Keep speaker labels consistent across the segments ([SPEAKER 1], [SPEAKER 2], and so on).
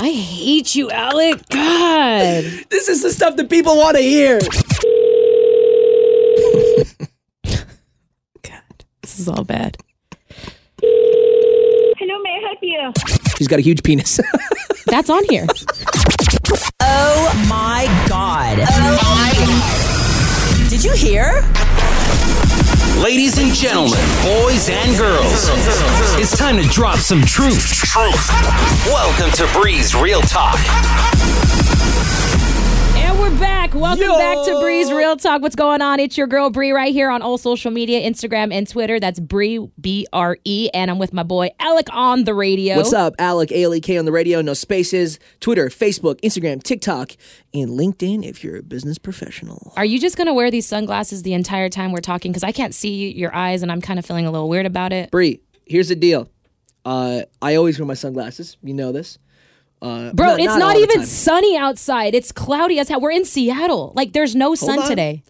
[SPEAKER 1] I hate you, Alec. God.
[SPEAKER 2] This is the stuff that people want to hear.
[SPEAKER 1] God. This is all bad.
[SPEAKER 3] Hello, may I help you?
[SPEAKER 2] She's got a huge penis.
[SPEAKER 1] That's on here.
[SPEAKER 4] Oh my God. Did you hear?
[SPEAKER 5] Ladies and gentlemen, boys and girls, it's time to drop some truth. Truth. Welcome to Breeze Real Talk.
[SPEAKER 1] And we're back. Welcome back to Bree's Real Talk. What's going on? It's your girl Bree right here on all social media, Instagram and Twitter. That's Bree B R E. And I'm with my boy Alec on the radio.
[SPEAKER 2] What's up, Alec A-L-E-K on the radio, no spaces, Twitter, Facebook, Instagram, TikTok, and LinkedIn if you're a business professional.
[SPEAKER 1] Are you just gonna wear these sunglasses the entire time we're talking? Because I can't see your eyes, and I'm kind of feeling a little weird about it.
[SPEAKER 2] Bree, here's the deal. Uh, I always wear my sunglasses. You know this. Uh,
[SPEAKER 1] Bro, it's
[SPEAKER 2] all
[SPEAKER 1] not,
[SPEAKER 2] the
[SPEAKER 1] even
[SPEAKER 2] time.
[SPEAKER 1] sunny outside. It's cloudy as hell. We're in Seattle. Like there's no sun
[SPEAKER 2] on.
[SPEAKER 1] today.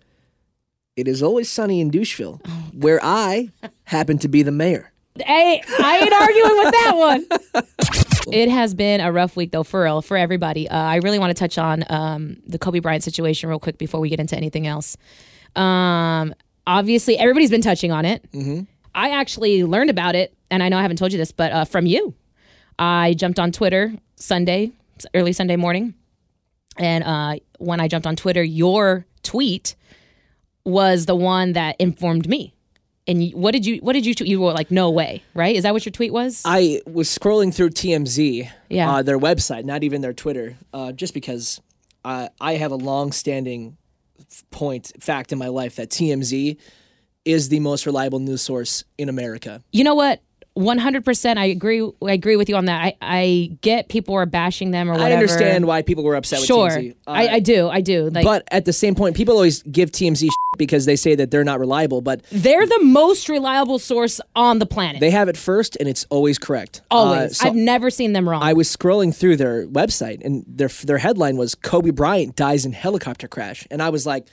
[SPEAKER 2] It is always sunny in Doucheville, where I happen to be the mayor.
[SPEAKER 1] Hey, I ain't arguing with that one. It has been a rough week though for real, for everybody. Uh, I really want to touch on um, the Kobe Bryant situation real quick before we get into anything else. Um, obviously, everybody's been touching on it. I actually learned about it, and I know I haven't told you this, but uh, from you, I jumped on Twitter Sunday, s- early Sunday morning, and uh, when I jumped on Twitter, your tweet was the one that informed me. And you, what did you what did you tweet? You were like, no way, right? Is that what your tweet was?
[SPEAKER 2] I was scrolling through TMZ,
[SPEAKER 1] Yeah.
[SPEAKER 2] uh, their website, not even their Twitter, uh, just because uh, I have a long-standing f- point fact in my life that TMZ is the most reliable news source in America.
[SPEAKER 1] you know what? One hundred percent, I agree. I agree with you on that. I, I get people are bashing them or whatever.
[SPEAKER 2] I understand why people were upset with
[SPEAKER 1] Sure,
[SPEAKER 2] TMZ, uh,
[SPEAKER 1] I, I do. I do. Like,
[SPEAKER 2] but at the same point, people always give TMZ shit because they say that they're not reliable, but
[SPEAKER 1] they're the most reliable source on the planet.
[SPEAKER 2] they have it first, and it's always correct. Uh,
[SPEAKER 1] Always.
[SPEAKER 2] so
[SPEAKER 1] I've never seen them wrong.
[SPEAKER 2] I was scrolling through their website and their their headline was Kobe Bryant dies in helicopter crash and I was like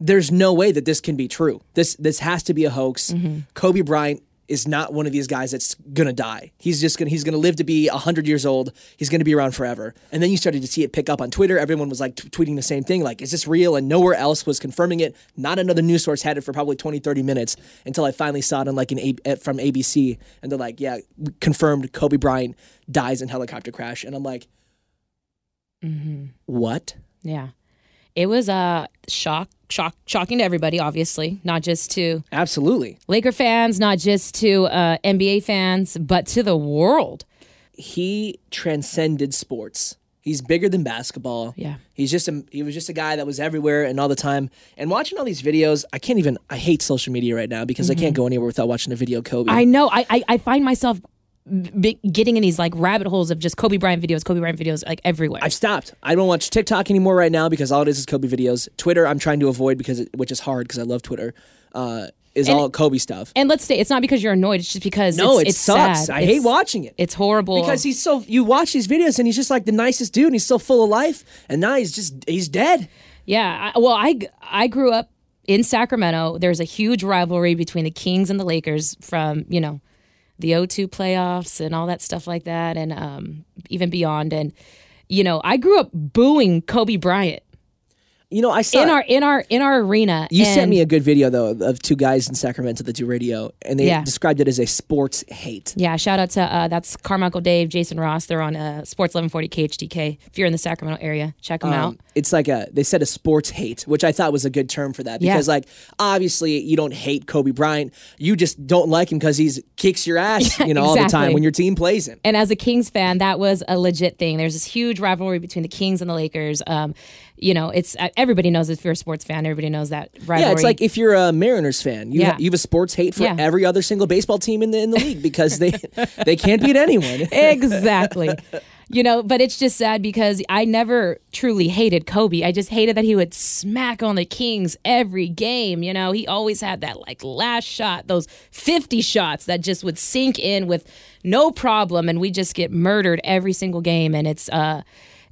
[SPEAKER 2] there's no way that this can be true. This this has to be a hoax. Kobe Bryant is not one of these guys that's going to die. He's just going to he's going to live to be 100 years old. He's going to be around forever. And then you started to see it pick up on Twitter. Everyone was like t- tweeting the same thing like is this real and nowhere else was confirming it. Not another news source had it for probably 20 30 minutes until I finally saw it on like an a- eh, from ABC and they're like yeah, confirmed Kobe Bryant dies in helicopter crash and I'm like what?
[SPEAKER 1] yeah, it was uh shock, shock, shocking to everybody. Obviously, not just to
[SPEAKER 2] Absolutely.
[SPEAKER 1] Laker fans, not just to uh, NBA fans, but to the world.
[SPEAKER 2] he transcended sports. He's bigger than basketball.
[SPEAKER 1] Yeah.
[SPEAKER 2] He's just a he was just a guy that was everywhere and all the time. And watching all these videos, I can't even I hate social media right now because I can't go anywhere without watching a video of Kobe.
[SPEAKER 1] Mm-hmm. I know. I I, I find myself b- getting in these like rabbit holes of just Kobe Bryant videos, Kobe Bryant videos, like everywhere.
[SPEAKER 2] I've stopped. I don't watch TikTok anymore right now because all it is is Kobe videos. Twitter I'm trying to avoid because it, which is hard because I love Twitter. Uh, is all Kobe stuff.
[SPEAKER 1] and let's say it's not because you're annoyed; it's just because
[SPEAKER 2] no,
[SPEAKER 1] it's,
[SPEAKER 2] it
[SPEAKER 1] it's
[SPEAKER 2] sucks.
[SPEAKER 1] sad.
[SPEAKER 2] I
[SPEAKER 1] It's-
[SPEAKER 2] hate watching it.
[SPEAKER 1] It's horrible
[SPEAKER 2] because he's so you watch these videos and he's just like the nicest dude and he's so full of life and now he's just he's dead.
[SPEAKER 1] Yeah. I, well, I g- I grew up in Sacramento. There's a huge rivalry between the Kings and the Lakers from you know the O2 playoffs and all that stuff like that, and um, even beyond. And you know, I grew up booing Kobe Bryant
[SPEAKER 2] You know, I saw
[SPEAKER 1] in our in our in our arena.
[SPEAKER 2] Uh, You sent
[SPEAKER 1] and-
[SPEAKER 2] me a good video though of- of two guys in Sacramento that do radio, and they
[SPEAKER 1] Yeah.
[SPEAKER 2] described it as a sports hate.
[SPEAKER 1] Yeah, shout out to uh, that's Carmichael Dave, Jason Ross. They're on uh, Sports 1140 KHDK. If you're in the Sacramento area, check them out.
[SPEAKER 2] Um, it's like a they said a sports hate, which I thought was a good term for that
[SPEAKER 1] Yeah.
[SPEAKER 2] because like obviously you don't hate Kobe Bryant, you just don't like him because he's kicks your ass, you know, all the time
[SPEAKER 1] exactly.
[SPEAKER 2] when your team plays him.
[SPEAKER 1] And as a Kings fan, that was a legit thing. There's this huge rivalry between the Kings and the Lakers. Um, you know, it's uh, everybody knows if you're a sports fan, everybody knows that rivalry.
[SPEAKER 2] Yeah, it's like if you're a Mariners fan, you
[SPEAKER 1] Yeah.
[SPEAKER 2] ha- you have a sports hate for
[SPEAKER 1] Yeah.
[SPEAKER 2] every other single baseball team in the in the league because they they can't beat anyone.
[SPEAKER 1] exactly. You know, but it's just sad because I never truly hated Kobe. I just hated that he would smack on the Kings every game. You know, he always had that like last shot, those 50 shots that just would sink in with no problem. And we just get murdered every single game. And it's, uh,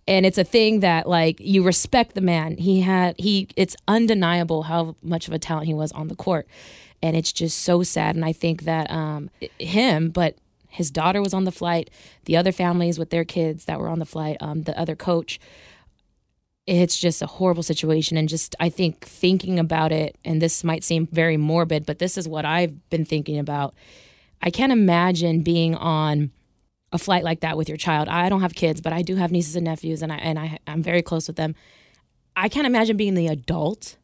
[SPEAKER 1] and it's a thing that like you respect the man he had he it's undeniable how much of a talent he was on the court and it's just so sad and i think that um him but His daughter was on the flight. The other families with their kids that were on the flight. Um, the other coach. It's just a horrible situation, and just I think thinking about it, and this might seem very morbid, but this is what I've been thinking about. I can't imagine being on a flight like that with your child. I don't have kids, but I do have nieces and nephews, and I and I I'm very close with them. I can't imagine being the adult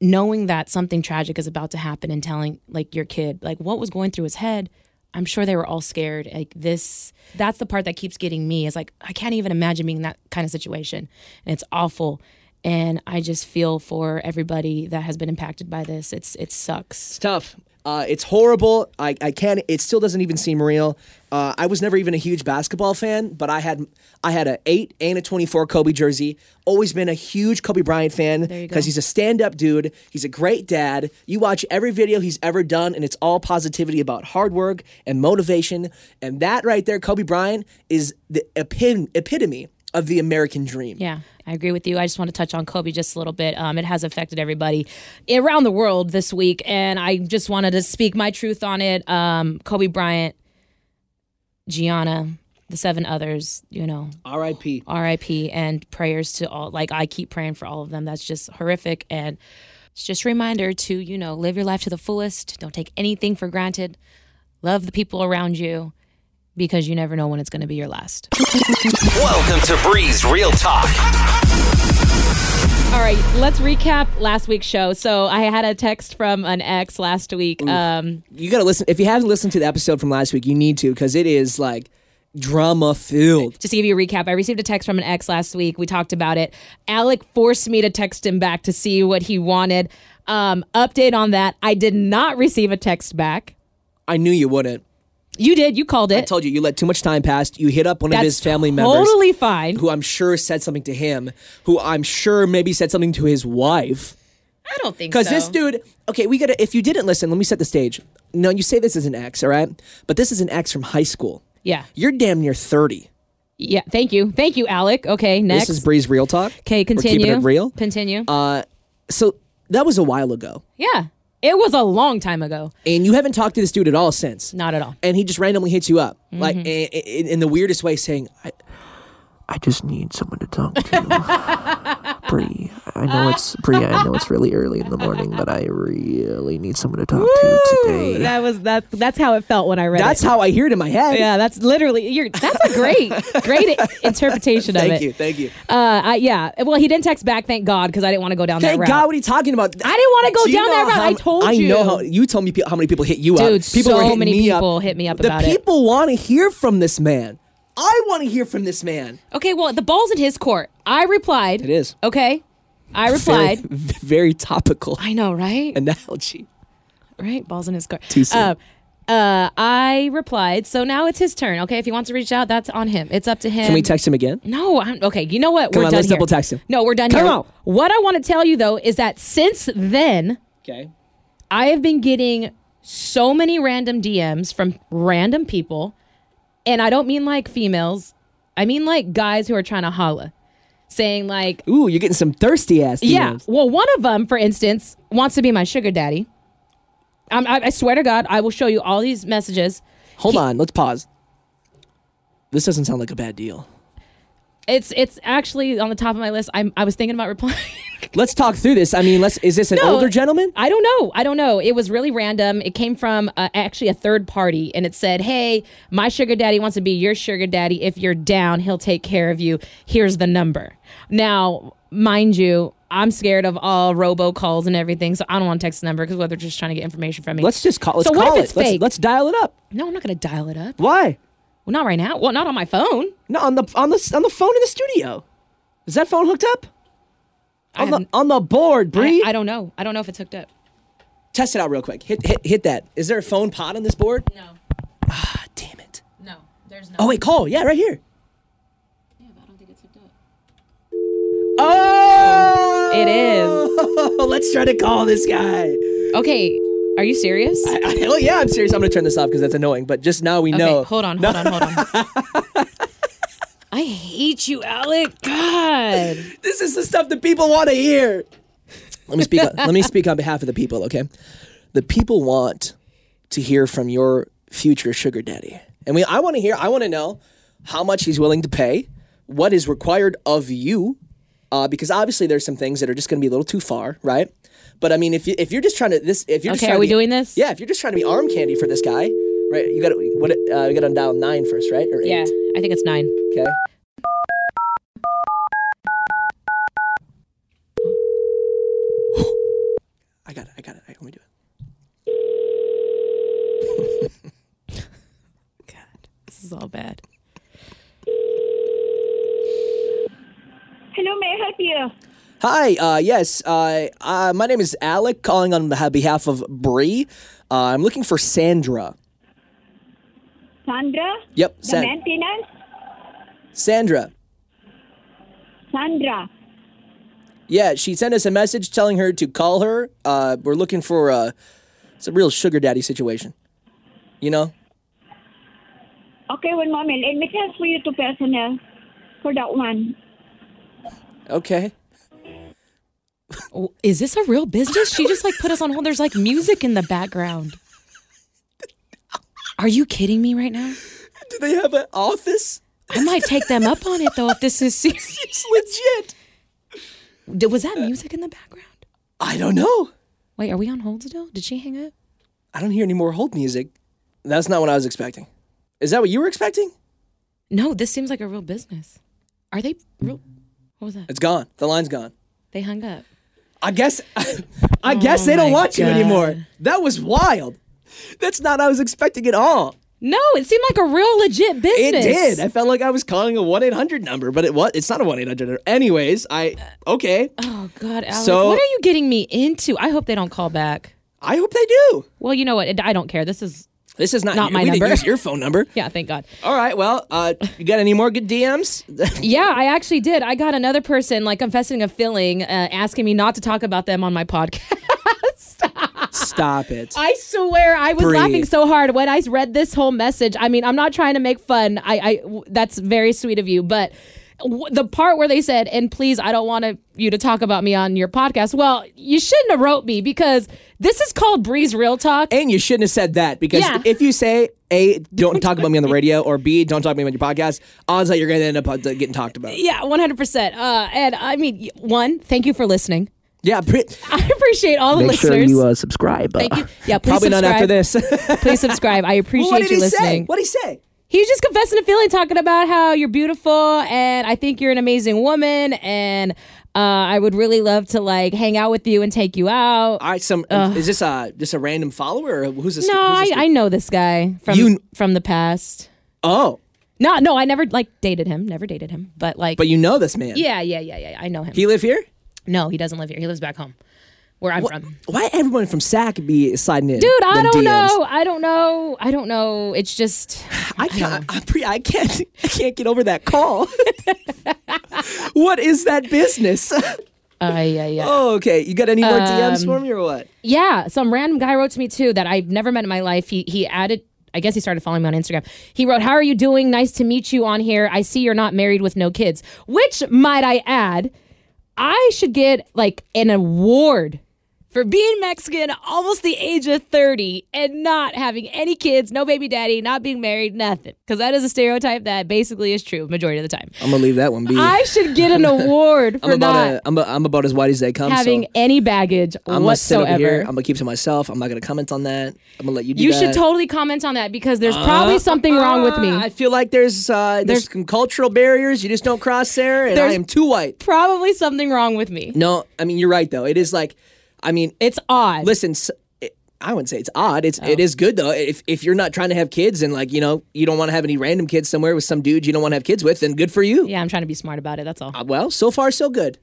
[SPEAKER 1] knowing that something tragic is about to happen and telling like your kid like what was going through his head i'm sure they were all scared like this that's the part that keeps getting me is like i can't even imagine being in that kind of situation and it's awful and i just feel for everybody that has been impacted by this it's it sucks
[SPEAKER 2] It's tough. Uh, it's horrible. I, I can't. It still doesn't even seem real. Uh, I was never even a huge basketball fan, but I had I had a eight and a twenty four Kobe jersey. Always been a huge Kobe Bryant fan
[SPEAKER 1] you go.
[SPEAKER 2] because he's a stand up dude. He's a great dad. You watch every video he's ever done, and it's all positivity about hard work and motivation. And that right there, Kobe Bryant is the epit- epitome of the American dream.
[SPEAKER 1] yeah i agree with you i just want to touch on kobe just a little bit um, it has affected everybody around the world this week and i just wanted to speak my truth on it um, kobe bryant gianna the seven others you know
[SPEAKER 2] R.I.P.
[SPEAKER 1] RIP and prayers to all like I keep praying for all of them. That's just horrific and it's just a reminder to, you know, live your life to the fullest. Don't take anything for granted. Love the people around you because you never know when it's going to be your last.
[SPEAKER 5] Welcome to Breeze Real Talk.
[SPEAKER 1] All right, let's recap last week's show. So, I had a text from an ex last week. Um
[SPEAKER 2] you got to listen. If you haven't listened to the episode from last week, you need to because it is like drama filled.
[SPEAKER 1] just to give you a recap, I received a text from an ex last week. We talked about it. Alec forced me to text him back to see what he wanted. Um, update on that. I did not receive a text back.
[SPEAKER 2] I knew you wouldn't.
[SPEAKER 1] You did. You called it.
[SPEAKER 2] I told you you let too much time pass. You hit up one of
[SPEAKER 1] That's
[SPEAKER 2] his family members
[SPEAKER 1] Totally fine.
[SPEAKER 2] who I'm sure said something to him, who I'm sure maybe said something to his wife.
[SPEAKER 1] I don't think
[SPEAKER 2] Because this dude, okay, we gotta. If you didn't listen, let me set the stage. No, you say this is an ex, all right? But this is an ex from high school.
[SPEAKER 1] Yeah.
[SPEAKER 2] You're damn near thirty.
[SPEAKER 1] Yeah. Thank you. Thank you, Alec. Okay. Next.
[SPEAKER 2] This is Breeze Real Talk.
[SPEAKER 1] okay. Continue.
[SPEAKER 2] We're keeping it real. Uh,
[SPEAKER 1] Continue.
[SPEAKER 2] So that was a while ago,
[SPEAKER 1] yeah. It was a long time ago.
[SPEAKER 2] and you haven't talked to this dude at all since.
[SPEAKER 1] Not at all. Mm-hmm.
[SPEAKER 2] and he just randomly hits you up, like in, in, in the weirdest way, saying, I,
[SPEAKER 3] I just need someone to talk to. Bree, I know it's Bree. I know it's really early in the morning, but I really need someone to talk to today.
[SPEAKER 1] That was that. That's how it felt when I read
[SPEAKER 2] "That's
[SPEAKER 1] it.
[SPEAKER 2] how I hear it in my head."
[SPEAKER 1] yeah. That's literally. You're. That's a great, great interpretation of
[SPEAKER 2] Thank
[SPEAKER 1] it.
[SPEAKER 2] you, thank you.
[SPEAKER 1] Uh. I, yeah. Well, he didn't text back. Thank God, because I didn't want to go down that
[SPEAKER 2] Thank
[SPEAKER 1] route.
[SPEAKER 2] God, what are you talking about?
[SPEAKER 1] I didn't wanna go
[SPEAKER 2] Do you
[SPEAKER 1] down
[SPEAKER 2] know
[SPEAKER 1] that route.
[SPEAKER 2] how
[SPEAKER 1] I
[SPEAKER 2] m-
[SPEAKER 1] told
[SPEAKER 2] I
[SPEAKER 1] you.
[SPEAKER 2] know how you told me pe- how many people hit you
[SPEAKER 1] Dude,
[SPEAKER 2] up. People were
[SPEAKER 1] so
[SPEAKER 2] hitting
[SPEAKER 1] many
[SPEAKER 2] me
[SPEAKER 1] people
[SPEAKER 2] up.
[SPEAKER 1] hit me up
[SPEAKER 2] the
[SPEAKER 1] about it.
[SPEAKER 2] people want to hear from this man. I want to hear from this man.
[SPEAKER 1] Okay. Well, the ball's in his court. I replied. It
[SPEAKER 2] is.
[SPEAKER 1] Okay. I replied.
[SPEAKER 2] Very, very topical
[SPEAKER 1] I know, right?
[SPEAKER 2] analogy.
[SPEAKER 1] right? Balls in his court.
[SPEAKER 2] Too soon.
[SPEAKER 1] Uh, uh, I replied, so now it's his turn. Okay, if he wants to reach out, that's on him. It's up to him.
[SPEAKER 2] Can we text him again?
[SPEAKER 1] No, I'm, okay. You know what?
[SPEAKER 2] Come
[SPEAKER 1] we're
[SPEAKER 2] on,
[SPEAKER 1] done
[SPEAKER 2] let's
[SPEAKER 1] here.
[SPEAKER 2] double text him.
[SPEAKER 1] No, we're done
[SPEAKER 2] Come
[SPEAKER 1] here.
[SPEAKER 2] on.
[SPEAKER 1] What I want to tell you though is that since then,
[SPEAKER 2] Okay.
[SPEAKER 1] I have been getting so many random DMs from random people, and I don't mean like females. I mean like guys who are trying to holla, saying like,
[SPEAKER 2] Ooh, you're getting some thirsty ass.
[SPEAKER 1] yeah.
[SPEAKER 2] DMs.
[SPEAKER 1] Well, one of them, for instance, wants to be my sugar daddy. Um, I, I swear to God, I will show you all these messages.
[SPEAKER 2] Hold on. Let's pause. This doesn't sound like a bad deal.
[SPEAKER 1] It's it's actually on the top of my list. I'm, I was thinking about replying.
[SPEAKER 2] Let's talk through this. I mean, let's. Is this an
[SPEAKER 1] No.
[SPEAKER 2] older gentleman?
[SPEAKER 1] Oh, I don't know. I don't know. It was really random. It came from uh, actually a third party, and it said, "Hey, my sugar daddy wants to be your sugar daddy. If you're down, he'll take care of you. Here's the number." Now, mind you, I'm scared of all robocalls and everything, so I don't want to text the number because well, they're just trying to get information from me.
[SPEAKER 2] Let's just call. Let's
[SPEAKER 1] so
[SPEAKER 2] call
[SPEAKER 1] what if
[SPEAKER 2] it.
[SPEAKER 1] it's
[SPEAKER 2] Let's-
[SPEAKER 1] fake?
[SPEAKER 2] let's dial it up.
[SPEAKER 1] No, I'm not going to dial it up.
[SPEAKER 2] Why?
[SPEAKER 1] Well, not right now. Well, not on my phone.
[SPEAKER 2] No, on the on the on the phone in the studio. Is that phone hooked up? On the
[SPEAKER 1] haven't-
[SPEAKER 2] on the board,
[SPEAKER 1] I,
[SPEAKER 2] Bree.
[SPEAKER 1] I don't know. I don't know if it's hooked up.
[SPEAKER 2] Test it out real quick. Hit hit hit that. Is there a phone pod on this board?
[SPEAKER 1] No,
[SPEAKER 2] Ah, damn it.
[SPEAKER 1] no, there's no.
[SPEAKER 2] Oh wait, call. Yeah, right here.
[SPEAKER 1] I don't think it's hooked up.
[SPEAKER 2] Oh,
[SPEAKER 1] It is.
[SPEAKER 2] Let's try to call this guy.
[SPEAKER 1] Oh, Okay, are you serious?
[SPEAKER 2] I- Oh yeah, I'm serious. I'm gonna turn this off because that's annoying. But just now we know.
[SPEAKER 1] Okay, hold on, hold on, hold on. I hate you, Alec. God.
[SPEAKER 2] This is the stuff that people want to hear. Let me speak. let me speak on behalf of the people. Okay, the people want to hear from your future sugar daddy. And we I want to hear, I want to know how much he's willing to pay, what is required of you, uh, because obviously there's some things that are just going to be a little too far, right? But I mean, if you if you're just trying to this, if you're just
[SPEAKER 1] Okay,
[SPEAKER 2] trying
[SPEAKER 1] are
[SPEAKER 2] to
[SPEAKER 1] we
[SPEAKER 2] be-
[SPEAKER 1] doing this?
[SPEAKER 2] Yeah, if you're just trying to be arm candy for this guy, right? You got to what? Uh, you got to dial nine first, right? Or eight?
[SPEAKER 1] Yeah, I think it's nine.
[SPEAKER 2] Okay. I got it. I got it. I, let me do it.
[SPEAKER 1] God, this is all bad.
[SPEAKER 6] Hello, may I help you?
[SPEAKER 2] Hi. Uh, yes. Uh, uh, my name is Alec, calling on beh- behalf of Bree. Uh, I'm looking for Sandra.
[SPEAKER 6] Sandra?
[SPEAKER 2] Yep.
[SPEAKER 6] The
[SPEAKER 2] San-
[SPEAKER 6] maintenance?
[SPEAKER 2] Sandra.
[SPEAKER 6] Sandra.
[SPEAKER 2] Yeah. She sent us a message telling her to call her. Uh, we're looking for a. It's a real sugar daddy situation. You know.
[SPEAKER 6] Okay, one moment. Let me transfer you to personnel for that one.
[SPEAKER 2] Okay.
[SPEAKER 1] Oh, Is this a real business? She just like put us on hold. There's like music in the background. Are you kidding me right now?
[SPEAKER 2] Do they have an office?
[SPEAKER 1] I might take them up on it though if this is serious.
[SPEAKER 2] It's legit.
[SPEAKER 1] Did- Was that music in the background?
[SPEAKER 2] I don't know.
[SPEAKER 1] Wait, are we on hold still? Did she hang up?
[SPEAKER 2] I don't hear any more hold music. That's not what I was expecting. Is that what you were expecting?
[SPEAKER 1] No, this seems like a real business. Are they real? What was that?
[SPEAKER 2] It's gone. The line's gone.
[SPEAKER 1] They hung up.
[SPEAKER 2] I guess I guess they
[SPEAKER 1] Oh my
[SPEAKER 2] don't want you
[SPEAKER 1] God.
[SPEAKER 2] anymore. That was wild. That's not what I was expecting at all.
[SPEAKER 1] No, it seemed like a real legit
[SPEAKER 2] It
[SPEAKER 1] business.
[SPEAKER 2] did. I felt like I was calling a 1-800 number, but it was it's not a 1-800 number. Anyways, I okay.
[SPEAKER 1] Oh God, Alex,
[SPEAKER 2] So-
[SPEAKER 1] what are you getting me into? I hope they don't call back.
[SPEAKER 2] I hope they do.
[SPEAKER 1] Well, you know what? It- I don't care. This is
[SPEAKER 2] This is not,
[SPEAKER 1] Not
[SPEAKER 2] you-
[SPEAKER 1] my
[SPEAKER 2] we
[SPEAKER 1] number.
[SPEAKER 2] Didn't use your phone number.
[SPEAKER 1] yeah. Thank God.
[SPEAKER 2] All right. Well, uh, you got any more good DMs?
[SPEAKER 1] Yeah, I actually did. I got another person like confessing a feeling, uh, asking me not to talk about them on my podcast.
[SPEAKER 2] Stop it.
[SPEAKER 1] I swear, I was
[SPEAKER 2] Breathe.
[SPEAKER 1] laughing so hard when I read this whole message. I mean, I'm not trying to make fun. I, I w- that's very sweet of you, but w- the part where they said, "And please, I don't want to, you to talk about me on your podcast." Well, you shouldn't have wrote me because this is called Breeze Real Talk.
[SPEAKER 2] And you shouldn't have said that because
[SPEAKER 1] Yeah.
[SPEAKER 2] if you say A, don't talk about me on the radio, or B, don't talk about me on your podcast, odds that you're going to end up uh, getting talked about.
[SPEAKER 1] yeah, 100%. Uh, and I mean, y- one, thank you for listening.
[SPEAKER 2] Yeah, pre-
[SPEAKER 1] I appreciate all the
[SPEAKER 3] Make sure
[SPEAKER 1] listeners.
[SPEAKER 3] you uh, subscribe. Uh,
[SPEAKER 1] Thank you. Yeah, please
[SPEAKER 2] probably
[SPEAKER 1] subscribe.
[SPEAKER 2] not after this.
[SPEAKER 1] Please subscribe. I appreciate
[SPEAKER 2] what did
[SPEAKER 1] you
[SPEAKER 2] he say?
[SPEAKER 1] listening.
[SPEAKER 2] What did he say?
[SPEAKER 1] He was just confessing a feeling, talking about how you're beautiful and I think you're an amazing woman and uh, I would really love to like hang out with you and take you out.
[SPEAKER 2] All right, some is this a just a random follower or who's this?
[SPEAKER 1] no,
[SPEAKER 2] who's
[SPEAKER 1] I,
[SPEAKER 2] this
[SPEAKER 1] I know this guy from
[SPEAKER 2] You-
[SPEAKER 1] from the past.
[SPEAKER 2] oh,
[SPEAKER 1] No, no, I never like dated him, never dated him, but like
[SPEAKER 2] but you know this man.
[SPEAKER 1] yeah, yeah, yeah, yeah, I know him.
[SPEAKER 2] he live here.
[SPEAKER 1] no, he doesn't live here. He lives back home, where I'm from.
[SPEAKER 2] Why everyone from SAC be sliding in?
[SPEAKER 1] Dude, I
[SPEAKER 2] them
[SPEAKER 1] don't
[SPEAKER 2] DMs?
[SPEAKER 1] know. I don't know. I don't know. It's just
[SPEAKER 2] I can't. I, pre- I can't. I can't get over that call. what is that business?
[SPEAKER 1] uh, yeah, yeah.
[SPEAKER 2] oh, okay. You got any more DMs
[SPEAKER 1] Um,
[SPEAKER 2] for me or what?
[SPEAKER 1] Yeah, some random guy wrote to me too that I've never met in my life. He he added I guess he started following me on Instagram. He wrote, "How are you doing? Nice to meet you on here. I see you're not married with no kids." Which might I add, I should get like an award for being Mexican, almost the age of 30 and not having any kids, no baby daddy, not being married, nothing. Cuz that is a stereotype that basically is true majority of the time.
[SPEAKER 2] I'm gonna leave that one be.
[SPEAKER 1] I should get an award
[SPEAKER 2] I'm
[SPEAKER 1] for
[SPEAKER 2] about
[SPEAKER 1] not
[SPEAKER 2] a, I'm, a, I'm about as white as they come.
[SPEAKER 1] having
[SPEAKER 2] so
[SPEAKER 1] any baggage
[SPEAKER 2] I'm gonna sit
[SPEAKER 1] whatsoever.
[SPEAKER 2] over here. I'm gonna keep to myself. I'm not gonna comment on that. I'm gonna let you. Do
[SPEAKER 1] You
[SPEAKER 2] that.
[SPEAKER 1] should totally comment on that because there's
[SPEAKER 2] Uh,
[SPEAKER 1] probably something wrong with
[SPEAKER 2] Ah, Uh-huh. I
[SPEAKER 1] me.
[SPEAKER 2] feel like there's uh, there's,
[SPEAKER 1] There's-
[SPEAKER 2] some cultural barriers you just don't cross there, and I
[SPEAKER 1] There's-
[SPEAKER 2] am too white.
[SPEAKER 1] Probably something wrong with me.
[SPEAKER 2] No, I mean you're right though. It is like, I mean,
[SPEAKER 1] It's odd.
[SPEAKER 2] listen. s it, I wouldn't say it's odd. It's
[SPEAKER 1] Oh.
[SPEAKER 2] it is good though. If if you're not trying to have kids and like you know you don't want to have any random kids somewhere with some dude you don't want to have kids with, then good for you.
[SPEAKER 1] yeah, I'm trying to be smart about it. That's all.
[SPEAKER 2] Uh, well, so far so good.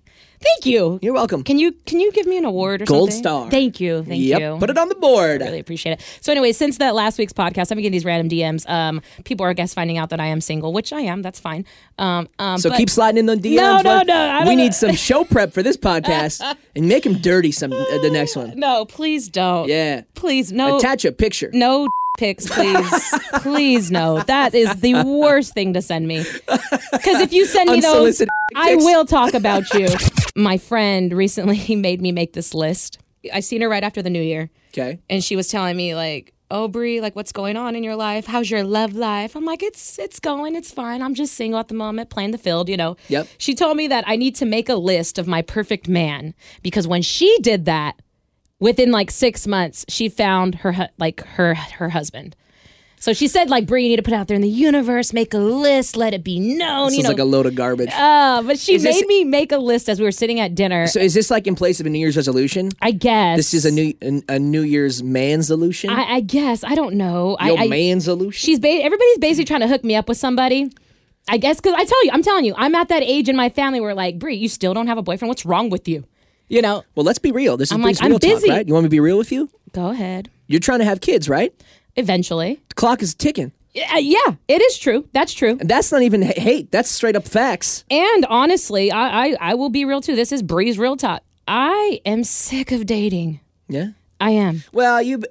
[SPEAKER 1] Thank you.
[SPEAKER 2] You're welcome.
[SPEAKER 1] Can you can you give me an award or
[SPEAKER 2] Gold
[SPEAKER 1] something?
[SPEAKER 2] star.
[SPEAKER 1] Thank you. Thank
[SPEAKER 2] yep,
[SPEAKER 1] you.
[SPEAKER 2] put it on the board.
[SPEAKER 1] really appreciate it. So anyway, since that last week's podcast, I've been getting these random DMs. Um, people are, I guess, finding out that I am single, which I am. That's fine. Um, um,
[SPEAKER 2] So
[SPEAKER 1] but-
[SPEAKER 2] keep sliding in the DMs.
[SPEAKER 1] No, no,
[SPEAKER 2] bud.
[SPEAKER 1] no, I
[SPEAKER 2] We
[SPEAKER 1] don't-
[SPEAKER 2] need some show prep for this podcast and make him dirty some uh, the next one.
[SPEAKER 1] No, please don't.
[SPEAKER 2] Yeah.
[SPEAKER 1] Please no.
[SPEAKER 2] Attach a picture.
[SPEAKER 1] no pics, please. please no. That is the worst thing to send me. Because if you send me those,
[SPEAKER 2] Unsolicited
[SPEAKER 1] I
[SPEAKER 2] pics.
[SPEAKER 1] will talk about you. My friend recently made me make this list. I seen her right after the new year,
[SPEAKER 2] Okay.
[SPEAKER 1] and she was telling me like, "Oh, Bree, like what's going on in your life? How's your love life?" I'm like, "It's it's going. It's fine. I'm just single at the moment, playing the field, you know."
[SPEAKER 2] Yep.
[SPEAKER 1] She told me that I need to make a list of my perfect man because when she did that, within like 6 months, she found her hu- like her her husband. So she said, like, Brie, you need to put it out there in the universe, make a list, let it be known.
[SPEAKER 2] This
[SPEAKER 1] you
[SPEAKER 2] is
[SPEAKER 1] know,
[SPEAKER 2] like a load of garbage.
[SPEAKER 1] uh, but she made
[SPEAKER 2] this-
[SPEAKER 1] me make a list as we were sitting at dinner.
[SPEAKER 2] so is this like in place of a New Year's resolution?
[SPEAKER 1] I guess
[SPEAKER 2] This is a new a, a New Year's man's solution.
[SPEAKER 1] I, I guess I don't know. I,
[SPEAKER 2] Your
[SPEAKER 1] I
[SPEAKER 2] man's solution.
[SPEAKER 1] she's ba- everybody's basically trying to hook me up with somebody. I guess because I tell you, I'm telling you, I'm at that age in my family where like, Brie, you still don't have a boyfriend. What's wrong with you? You know,
[SPEAKER 2] Well, let's be real. This is
[SPEAKER 1] I'm
[SPEAKER 2] Bree's
[SPEAKER 1] like, I'm
[SPEAKER 2] real
[SPEAKER 1] busy.
[SPEAKER 2] talk, right? You want me to be real with you?
[SPEAKER 1] go ahead.
[SPEAKER 2] You're trying to have kids, right?
[SPEAKER 1] Eventually,
[SPEAKER 2] The clock is ticking.
[SPEAKER 1] yeah, uh, yeah, it is true. That's true.
[SPEAKER 2] That's not even h- hate. That's straight up facts.
[SPEAKER 1] And honestly, I I, I will be real too. This is Bree's real talk. I am sick of dating.
[SPEAKER 2] Yeah.
[SPEAKER 1] I am.
[SPEAKER 2] Well, you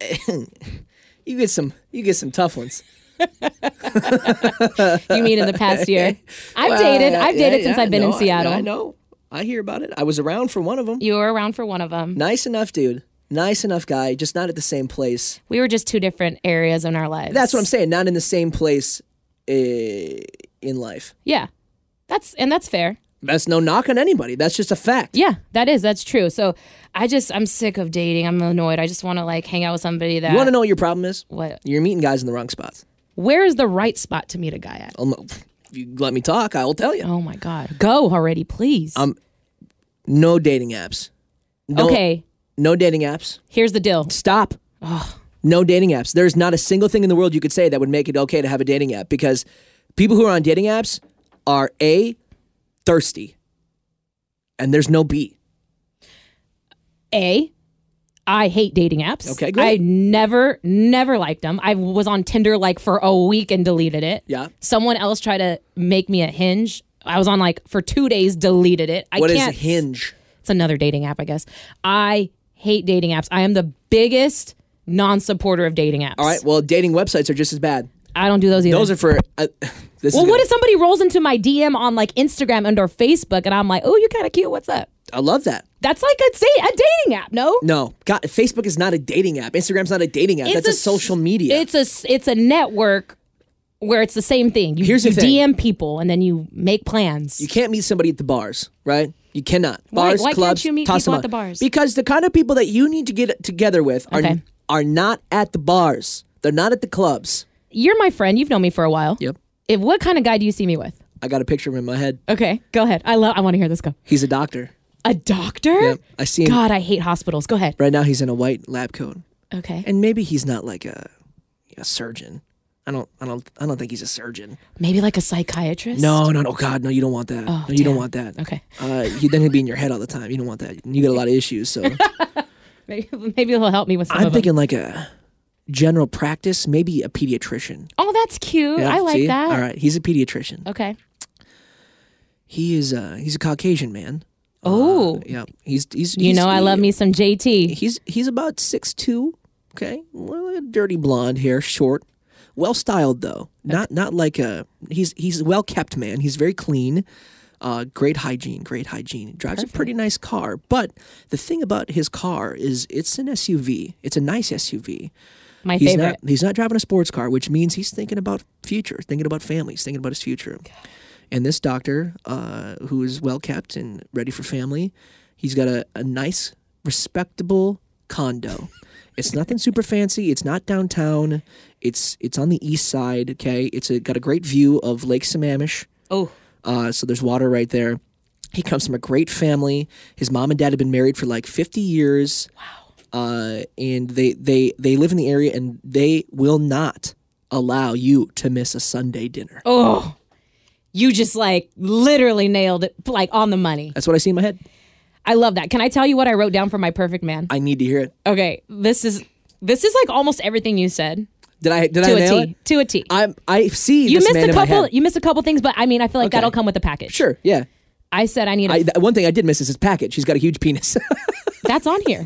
[SPEAKER 2] you get some you get some tough ones.
[SPEAKER 1] You mean in the past year? I've
[SPEAKER 2] Well,
[SPEAKER 1] dated.
[SPEAKER 2] yeah,
[SPEAKER 1] I've dated
[SPEAKER 2] Uh, yeah,
[SPEAKER 1] since
[SPEAKER 2] yeah,
[SPEAKER 1] I've been
[SPEAKER 2] I
[SPEAKER 1] in
[SPEAKER 2] know, I-
[SPEAKER 1] Seattle.
[SPEAKER 2] I, know. I hear about it. I was around for one of them.
[SPEAKER 1] You were around for one of them.
[SPEAKER 2] Nice enough dude. Nice enough guy, just not at the same place.
[SPEAKER 1] We were just two different areas in our lives.
[SPEAKER 2] That's what I'm saying. Not in the same place uh, in life.
[SPEAKER 1] Yeah. That's and that's fair.
[SPEAKER 2] That's no knock on anybody. That's just a fact.
[SPEAKER 1] Yeah, that is. That's true. So I just I'm sick of dating. I'm annoyed. I just want to like hang out with somebody that
[SPEAKER 2] You want to know what your problem is?
[SPEAKER 1] what
[SPEAKER 2] You're meeting guys in the wrong spots.
[SPEAKER 1] where is the right spot to meet a guy at?
[SPEAKER 2] I'll know- If you let me talk, I will tell you.
[SPEAKER 1] Oh my god. Go already, please. Um,
[SPEAKER 2] No dating apps. No,
[SPEAKER 1] okay.
[SPEAKER 2] No dating apps.
[SPEAKER 1] Here's the deal.
[SPEAKER 2] Stop. No dating apps. There's not a single thing in the world you could say that would make it okay to have a dating app because people who are on dating apps are A, thirsty, and there's no B.
[SPEAKER 1] A I hate dating apps.
[SPEAKER 2] Okay, great.
[SPEAKER 1] I never, never liked them. I was on Tinder like for a week and deleted it.
[SPEAKER 2] Yeah.
[SPEAKER 1] Someone else tried to make me a hinge. I was on like for two days, deleted it. I
[SPEAKER 2] What is
[SPEAKER 1] can't
[SPEAKER 2] Hinge?
[SPEAKER 1] it's another dating app, I guess. I hate dating apps. I am the biggest non-supporter of dating apps.
[SPEAKER 2] All right. Well, dating websites are just as bad.
[SPEAKER 1] I don't do those either.
[SPEAKER 2] Those are for. Uh, this
[SPEAKER 1] well,
[SPEAKER 2] is
[SPEAKER 1] what
[SPEAKER 2] gonna-
[SPEAKER 1] if somebody rolls into my DM on like Instagram and or Facebook, and I'm like, "Oh, you're kind of cute. What's up?"
[SPEAKER 2] I love that.
[SPEAKER 1] That's like a, da- a dating app. No,
[SPEAKER 2] No, God, Facebook is not a dating app. Instagram's not a dating app. That's a,
[SPEAKER 1] s-
[SPEAKER 2] social media.
[SPEAKER 1] It's a s- it's a network where it's the same thing. You,
[SPEAKER 2] Here's the
[SPEAKER 1] you
[SPEAKER 2] thing.
[SPEAKER 1] DM people and then you make plans.
[SPEAKER 2] You can't meet somebody at the bars, right? You cannot.
[SPEAKER 1] Why-
[SPEAKER 2] Bars,
[SPEAKER 1] why can't
[SPEAKER 2] clubs,
[SPEAKER 1] you meet
[SPEAKER 2] toss
[SPEAKER 1] people at
[SPEAKER 2] them out.
[SPEAKER 1] the bars?
[SPEAKER 2] Because the kind of people that you need to get together with are
[SPEAKER 1] Okay.
[SPEAKER 2] are not at the bars. They're not at the clubs.
[SPEAKER 1] you're my friend. You've known me for a while.
[SPEAKER 2] Yep.
[SPEAKER 1] If what kind of guy do you see me with?
[SPEAKER 2] I got a picture of him in my head.
[SPEAKER 1] Okay, go ahead. I love. I want to hear this. Go.
[SPEAKER 2] He's a doctor.
[SPEAKER 1] A doctor.
[SPEAKER 2] Yep. I see him
[SPEAKER 1] God, I hate hospitals. Go ahead.
[SPEAKER 2] right now. He's in a white lab coat,
[SPEAKER 1] Okay.
[SPEAKER 2] and maybe he's not like a a surgeon. I don't. I don't. I don't think he's a surgeon.
[SPEAKER 1] Maybe like a psychiatrist?
[SPEAKER 2] No, no, no. God, no. You don't want that. no, you don't
[SPEAKER 1] Oh, damn.
[SPEAKER 2] want that.
[SPEAKER 1] Okay.
[SPEAKER 2] Uh, you then he'd be in your head all the time. You don't want that. You get a lot of issues. So
[SPEAKER 1] Maybe, maybe he'll help me with some
[SPEAKER 2] I'm
[SPEAKER 1] of them.
[SPEAKER 2] thinking like a general practice, maybe a pediatrician.
[SPEAKER 1] Oh, that's cute.
[SPEAKER 2] Yeah,
[SPEAKER 1] I like
[SPEAKER 2] see?
[SPEAKER 1] that.
[SPEAKER 2] All right, he's a pediatrician.
[SPEAKER 1] Okay.
[SPEAKER 2] He is uh he's a Caucasian man.
[SPEAKER 1] Oh,
[SPEAKER 2] Yeah, he's he's
[SPEAKER 1] you
[SPEAKER 2] Uh, he's-
[SPEAKER 1] know I love me some JT.
[SPEAKER 2] He's he's about six two. Okay, well, dirty blonde hair, short, well styled though. Not not like a he's he's a well kept man. He's very clean. Uh, great hygiene, great hygiene. Drives a pretty nice car, but the thing about his car is it's an SUV. It's a nice SUV.
[SPEAKER 1] My
[SPEAKER 2] He's
[SPEAKER 1] favorite.
[SPEAKER 2] not he's not driving a sports car, which means he's thinking about future, thinking about families, thinking about his future. And this doctor, uh, who is well kept and ready for family, he's got a, a nice, respectable condo. it's nothing super fancy. It's not downtown. It's it's on the east side. Okay, it's a, got a great view of Lake Sammamish.
[SPEAKER 1] oh,
[SPEAKER 2] Uh, so there's water right there. He comes from a great family. His mom and dad have been married for like 50 years. Wow. Uh, and they, they, they live in the area and they will not allow you to miss a Sunday dinner.
[SPEAKER 1] oh, you just like literally nailed it, like on the money.
[SPEAKER 2] That's what I see in my head.
[SPEAKER 1] I love that. Can I tell you what I wrote down for my perfect man?
[SPEAKER 2] I need to hear it.
[SPEAKER 1] Okay, this is this is like almost everything you said
[SPEAKER 2] Did I, did
[SPEAKER 1] to
[SPEAKER 2] I
[SPEAKER 1] a
[SPEAKER 2] nail
[SPEAKER 1] T.
[SPEAKER 2] it?
[SPEAKER 1] To a T.
[SPEAKER 2] I'm, I see
[SPEAKER 1] you
[SPEAKER 2] this
[SPEAKER 1] missed a
[SPEAKER 2] man in my
[SPEAKER 1] couple.
[SPEAKER 2] head.
[SPEAKER 1] You missed a couple things, but I mean, I feel like
[SPEAKER 2] Okay.
[SPEAKER 1] that'll come with the package.
[SPEAKER 2] Sure. Yeah.
[SPEAKER 1] I said I need. A,
[SPEAKER 2] I, that, one thing I did miss is his package. He's got a huge penis.
[SPEAKER 1] That's on here.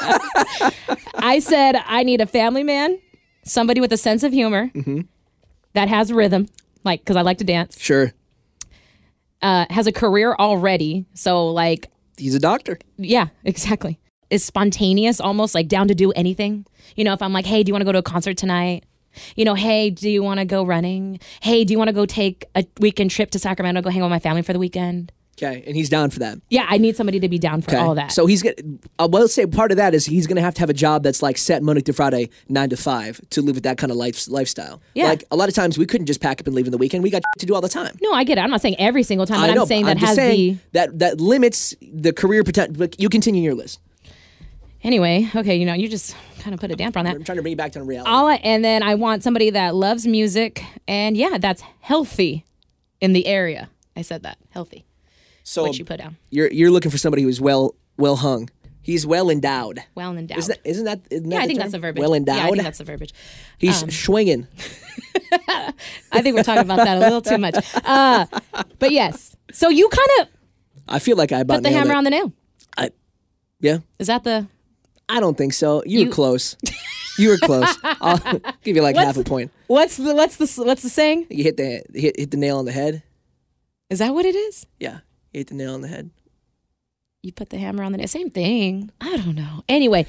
[SPEAKER 1] I said I need a family man, somebody with a sense of humor
[SPEAKER 2] Mm-hmm.
[SPEAKER 1] that has rhythm, like because I like to dance.
[SPEAKER 2] sure.
[SPEAKER 1] Uh, has a career already, so like
[SPEAKER 2] He's a doctor.
[SPEAKER 1] yeah, exactly. is spontaneous, almost like down to do anything. You know, if I'm like, hey, do you want to go to a concert tonight? You know, hey, do you want to go running? Hey, do you want to go take a weekend trip to Sacramento, go hang out with my family for the weekend?
[SPEAKER 2] Okay, and he's down for that.
[SPEAKER 1] Yeah, I need somebody to be down for
[SPEAKER 2] Okay.
[SPEAKER 1] all that.
[SPEAKER 2] So he's gonna. I will say part of that is he's gonna have to have a job that's like set Monday through Friday, nine to five, to live with that kind of life, lifestyle.
[SPEAKER 1] Yeah.
[SPEAKER 2] Like a lot of times we couldn't just pack up and leave in the weekend. We got to do all the time.
[SPEAKER 1] no, I get it. I'm not saying every single time, but
[SPEAKER 2] I know,
[SPEAKER 1] I'm saying that
[SPEAKER 2] just
[SPEAKER 1] has
[SPEAKER 2] saying
[SPEAKER 1] the
[SPEAKER 2] that that limits the career potential. But you continue your list.
[SPEAKER 1] anyway. Okay, you know, you just kind of put a damper on that.
[SPEAKER 2] I'm trying to bring you back to reality.
[SPEAKER 1] All I, and then I want somebody that loves music and yeah, that's healthy in the area. I said that healthy.
[SPEAKER 2] so
[SPEAKER 1] What you put down,
[SPEAKER 2] you're you're looking for somebody who's well well hung. He's well endowed.
[SPEAKER 1] well endowed.
[SPEAKER 2] Isn't that, isn't that, isn't
[SPEAKER 1] yeah,
[SPEAKER 2] that
[SPEAKER 1] I
[SPEAKER 2] the
[SPEAKER 1] think
[SPEAKER 2] term?
[SPEAKER 1] that's the verbiage.
[SPEAKER 2] Well
[SPEAKER 1] Yeah, I
[SPEAKER 2] endowed.
[SPEAKER 1] think that's um, the verbiage.
[SPEAKER 2] He's swinging.
[SPEAKER 1] I think we're talking about that a little too much. Uh, but yes, so you kind of
[SPEAKER 2] I feel like I about
[SPEAKER 1] put the hammer on the nail.
[SPEAKER 2] Yeah,
[SPEAKER 1] Is that the
[SPEAKER 2] I don't think so. You,
[SPEAKER 1] You-
[SPEAKER 2] were close. you were close. I'll give you like half a point.
[SPEAKER 1] what's the what's the what's the saying?
[SPEAKER 2] You hit the hit, hit the nail on the head.
[SPEAKER 1] Is that what it is?
[SPEAKER 2] Yeah, you hit the nail on the head.
[SPEAKER 1] You put the hammer on the nail. Same thing. I don't know. Anyway,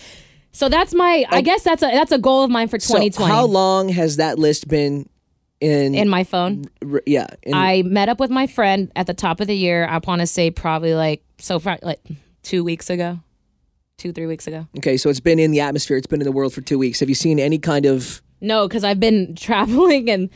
[SPEAKER 1] so that's my. I guess that's a that's a goal of mine for
[SPEAKER 2] Um, So
[SPEAKER 1] 2020.
[SPEAKER 2] how long has that list been in?
[SPEAKER 1] in my phone.
[SPEAKER 2] r- yeah, in,
[SPEAKER 1] I met up with my friend at the top of the year. I want to say probably like so far like two weeks ago, two three weeks ago.
[SPEAKER 2] okay. So it's been in the atmosphere. It's been in the world for two weeks. Have you seen any kind of?
[SPEAKER 1] No, because I've been traveling and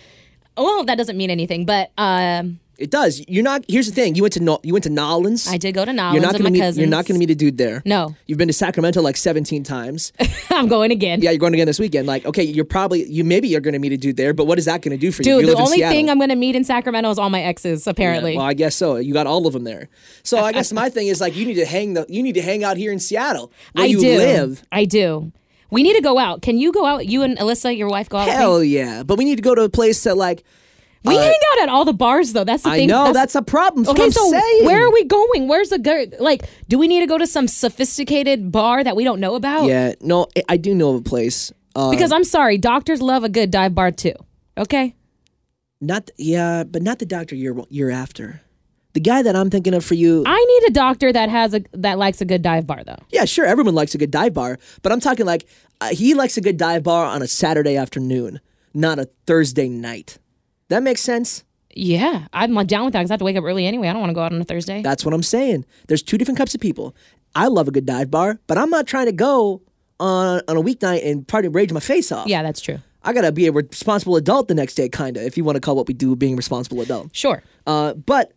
[SPEAKER 1] well, that doesn't mean anything. But um,
[SPEAKER 2] It does. You're not. Here's the thing. You went to no, you went to Nolans.
[SPEAKER 1] I did go to Nolans
[SPEAKER 2] You're not
[SPEAKER 1] with
[SPEAKER 2] gonna
[SPEAKER 1] my
[SPEAKER 2] meet.
[SPEAKER 1] cousins.
[SPEAKER 2] You're not going to meet a dude there.
[SPEAKER 1] No,
[SPEAKER 2] You've been to Sacramento like 17 times.
[SPEAKER 1] I'm going again.
[SPEAKER 2] yeah, you're going again this weekend. Like, okay, you're probably you maybe you're going to meet a dude there, but what is that going to do for you?
[SPEAKER 1] Dude,
[SPEAKER 2] You
[SPEAKER 1] the
[SPEAKER 2] live in
[SPEAKER 1] only
[SPEAKER 2] Seattle.
[SPEAKER 1] thing I'm going to meet in Sacramento is all my exes, apparently.
[SPEAKER 2] Well, I guess so. You got all of them there. So I guess my thing is like you need to hang the you need to hang out here in Seattle where
[SPEAKER 1] I
[SPEAKER 2] you
[SPEAKER 1] do.
[SPEAKER 2] live.
[SPEAKER 1] I do. We need to go out. Can you go out? You and Alyssa, your wife, go out. with me?
[SPEAKER 2] Hell yeah! But we need to go to a place that like
[SPEAKER 1] We hang out at all the bars, though. That's the
[SPEAKER 2] I
[SPEAKER 1] thing.
[SPEAKER 2] know that's, a problem. That's what I'm
[SPEAKER 1] so
[SPEAKER 2] saying.
[SPEAKER 1] where are we going? Where's the girl? Like, do we need to go to some sophisticated bar that we don't know about?
[SPEAKER 2] Yeah, no, I- I do know of a place. Uh,
[SPEAKER 1] Because I'm sorry, doctors love a good dive bar too. Okay.
[SPEAKER 2] not yeah, but not the doctor year year after. The guy that I'm thinking of for you.
[SPEAKER 1] I need a doctor that has a that likes a good dive bar though.
[SPEAKER 2] yeah, sure, everyone likes a good dive bar, but I'm talking like uh, he likes a good dive bar on a Saturday afternoon, not a Thursday night. That makes sense.
[SPEAKER 1] Yeah, I'm like, down with that because I have to wake up early anyway. I don't want to go out on a Thursday.
[SPEAKER 2] That's what I'm saying. There's two different types of people. I love a good dive bar, but I'm not trying to go on on a weeknight and party rage my face off.
[SPEAKER 1] yeah, that's true.
[SPEAKER 2] I gotta be a responsible adult the next day, kinda, if you want to call what we do being responsible adult.
[SPEAKER 1] Sure.
[SPEAKER 2] Uh, but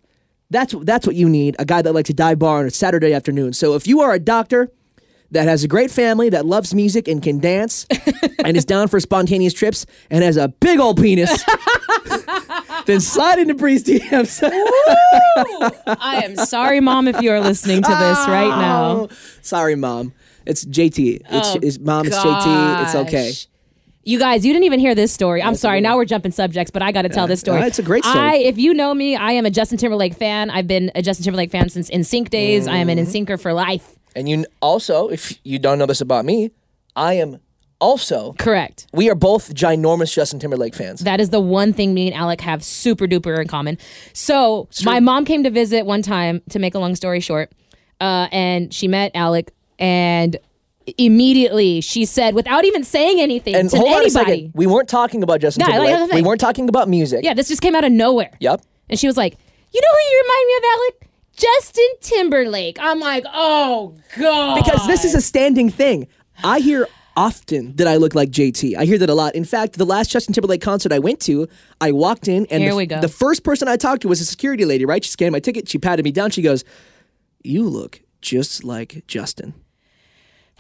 [SPEAKER 2] that's that's what you need a guy that likes to dive bar on a Saturday afternoon. So if you are a doctor that has a great family that loves music and can dance and is down for spontaneous trips and has a big old penis, then slide into Breeze DMs.
[SPEAKER 1] I am sorry, mom, if you are listening to this right now.
[SPEAKER 2] Sorry, mom. It's JT. It's, it's mom. It's JT. It's okay.
[SPEAKER 1] Gosh. You guys, you didn't even hear this story. I'm sorry. Now we're jumping subjects, but I got to tell this story.
[SPEAKER 2] Uh, it's a great story.
[SPEAKER 1] I, if you know me, I am a Justin Timberlake fan. I've been a Justin Timberlake fan since NSYNC days. I am an
[SPEAKER 2] Mm-hmm.
[SPEAKER 1] NSYNCer for life.
[SPEAKER 2] And you also, if you don't know this about me, I am also.
[SPEAKER 1] Correct.
[SPEAKER 2] We are both ginormous Justin Timberlake fans.
[SPEAKER 1] That is the one thing me and Alec have super duper in common. So my mom came to visit one time. To make a long story short, uh, and she met Alec, and immediately she said, without even saying anything
[SPEAKER 2] and
[SPEAKER 1] to
[SPEAKER 2] hold on a
[SPEAKER 1] anybody,
[SPEAKER 2] second. We weren't talking about Justin
[SPEAKER 1] Yeah, like,
[SPEAKER 2] Timberlake.
[SPEAKER 1] that's the
[SPEAKER 2] we
[SPEAKER 1] thing.
[SPEAKER 2] weren't talking about music.
[SPEAKER 1] yeah, this just came out of nowhere.
[SPEAKER 2] Yep.
[SPEAKER 1] And she was like, You know who you remind me of, Alec? Justin Timberlake. I'm like, Oh, God.
[SPEAKER 2] Because this is a standing thing. I hear often that I look like JT. I hear that a lot. In fact, the last Justin Timberlake concert I went to, I walked in and
[SPEAKER 1] Here
[SPEAKER 2] the,
[SPEAKER 1] we go.
[SPEAKER 2] the first person I talked to was a security lady, right? She scanned my ticket, she patted me down, she goes, You look just like Justin.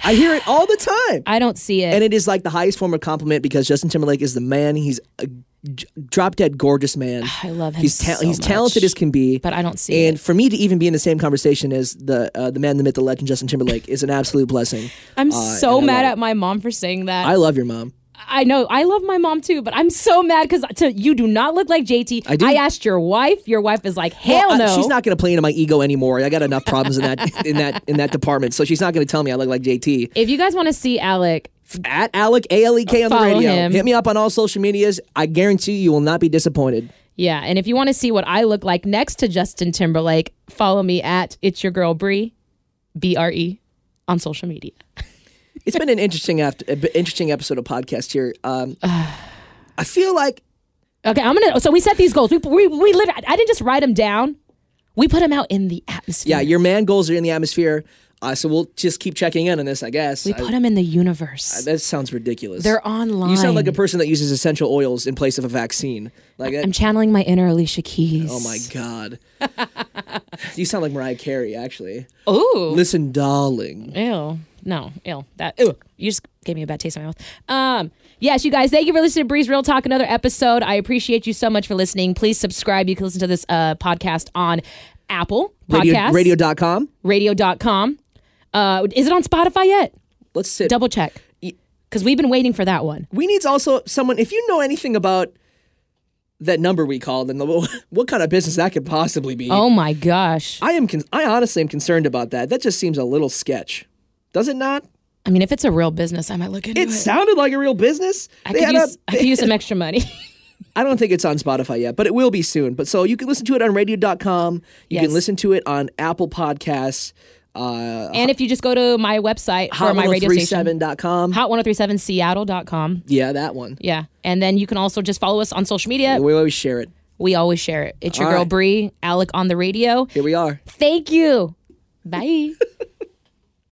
[SPEAKER 2] I hear it all the time.
[SPEAKER 1] I don't see it.
[SPEAKER 2] and it is like the highest form of compliment because Justin Timberlake is the man. He's a j- drop dead gorgeous man.
[SPEAKER 1] I love him
[SPEAKER 2] He's ta-
[SPEAKER 1] so
[SPEAKER 2] he's talented
[SPEAKER 1] much,
[SPEAKER 2] as can be.
[SPEAKER 1] but I don't see
[SPEAKER 2] And for me to even be in the same conversation as the uh, the man, the myth, the legend, Justin Timberlake is an absolute blessing.
[SPEAKER 1] I'm so
[SPEAKER 2] and I
[SPEAKER 1] mad
[SPEAKER 2] love
[SPEAKER 1] at my mom for saying that.
[SPEAKER 2] I love your mom.
[SPEAKER 1] I know I love my mom too, but I'm so mad because you do not look like JT.
[SPEAKER 2] I do.
[SPEAKER 1] asked your wife. Your wife is like, hell
[SPEAKER 2] Well, I-
[SPEAKER 1] no.
[SPEAKER 2] she's not going to play into my ego anymore. I got enough problems in that in that in that department. So she's not going to tell me I look like JT.
[SPEAKER 1] If you guys want to see Alec,
[SPEAKER 2] At Alec A L E K on the
[SPEAKER 1] Follow
[SPEAKER 2] radio.
[SPEAKER 1] him.
[SPEAKER 2] Hit me up on all social medias. I guarantee you will not be disappointed.
[SPEAKER 1] yeah, and if you want to see what I look like next to Justin Timberlake, follow me at it's your girl Bree, B R E, on social media.
[SPEAKER 2] It's been an interesting after, a bit- interesting episode of podcast here. Um, I feel like
[SPEAKER 1] Okay, I'm gonna. So we set these goals. We we we lit, I didn't just write them down. We put them out in the atmosphere.
[SPEAKER 2] yeah, your man goals are in the atmosphere. Uh, so we'll just keep checking in on this, I guess.
[SPEAKER 1] we
[SPEAKER 2] I-
[SPEAKER 1] put them in the universe.
[SPEAKER 2] that sounds ridiculous.
[SPEAKER 1] They're online.
[SPEAKER 2] You sound like a person that uses essential oils in place of a vaccine. Like that,
[SPEAKER 1] I'm channeling my inner Alicia Keys.
[SPEAKER 2] oh my god, you sound like Mariah Carey. Actually,
[SPEAKER 1] Ooh.
[SPEAKER 2] listen, darling.
[SPEAKER 1] Ew. No, ew. That ew. You just gave me a bad taste in my mouth. Um, yes, you guys, thank you for listening to Breeze Real Talk, another episode. I appreciate you so much for listening. Please subscribe. You can listen to this uh, podcast on Apple Podcasts,
[SPEAKER 2] Radio, radio.com.
[SPEAKER 1] radio.com. Uh, is it on Spotify yet?
[SPEAKER 2] Let's sit.
[SPEAKER 1] Double check. Because we've been waiting for that one.
[SPEAKER 2] we need also someone. If you know anything about that number we called and the, what kind of business that could possibly be,
[SPEAKER 1] Oh my gosh.
[SPEAKER 2] I am. Con- I honestly am concerned about that. That just seems a little sketch, does it not?
[SPEAKER 1] I mean, if it's a real business, I might look into
[SPEAKER 2] It
[SPEAKER 1] it.
[SPEAKER 2] sounded like a real business.
[SPEAKER 1] I,
[SPEAKER 2] They
[SPEAKER 1] could
[SPEAKER 2] had a-
[SPEAKER 1] use, I could use some extra money.
[SPEAKER 2] I don't think it's on Spotify yet, but it will be soon. But so you can listen to it on radio.com. You
[SPEAKER 1] Yes.
[SPEAKER 2] can listen to it on Apple Podcasts, uh,
[SPEAKER 1] and if you just go to my website for my radio station,
[SPEAKER 2] hot1037.com.
[SPEAKER 1] hot1037seattle.com.
[SPEAKER 2] yeah, that one.
[SPEAKER 1] Yeah. And then you can also just follow us on social media.
[SPEAKER 2] We always share it.
[SPEAKER 1] We always share it. It's your
[SPEAKER 2] All
[SPEAKER 1] girl
[SPEAKER 2] right.
[SPEAKER 1] Bree, Alec on the radio.
[SPEAKER 2] Here we are.
[SPEAKER 1] Thank you. Bye.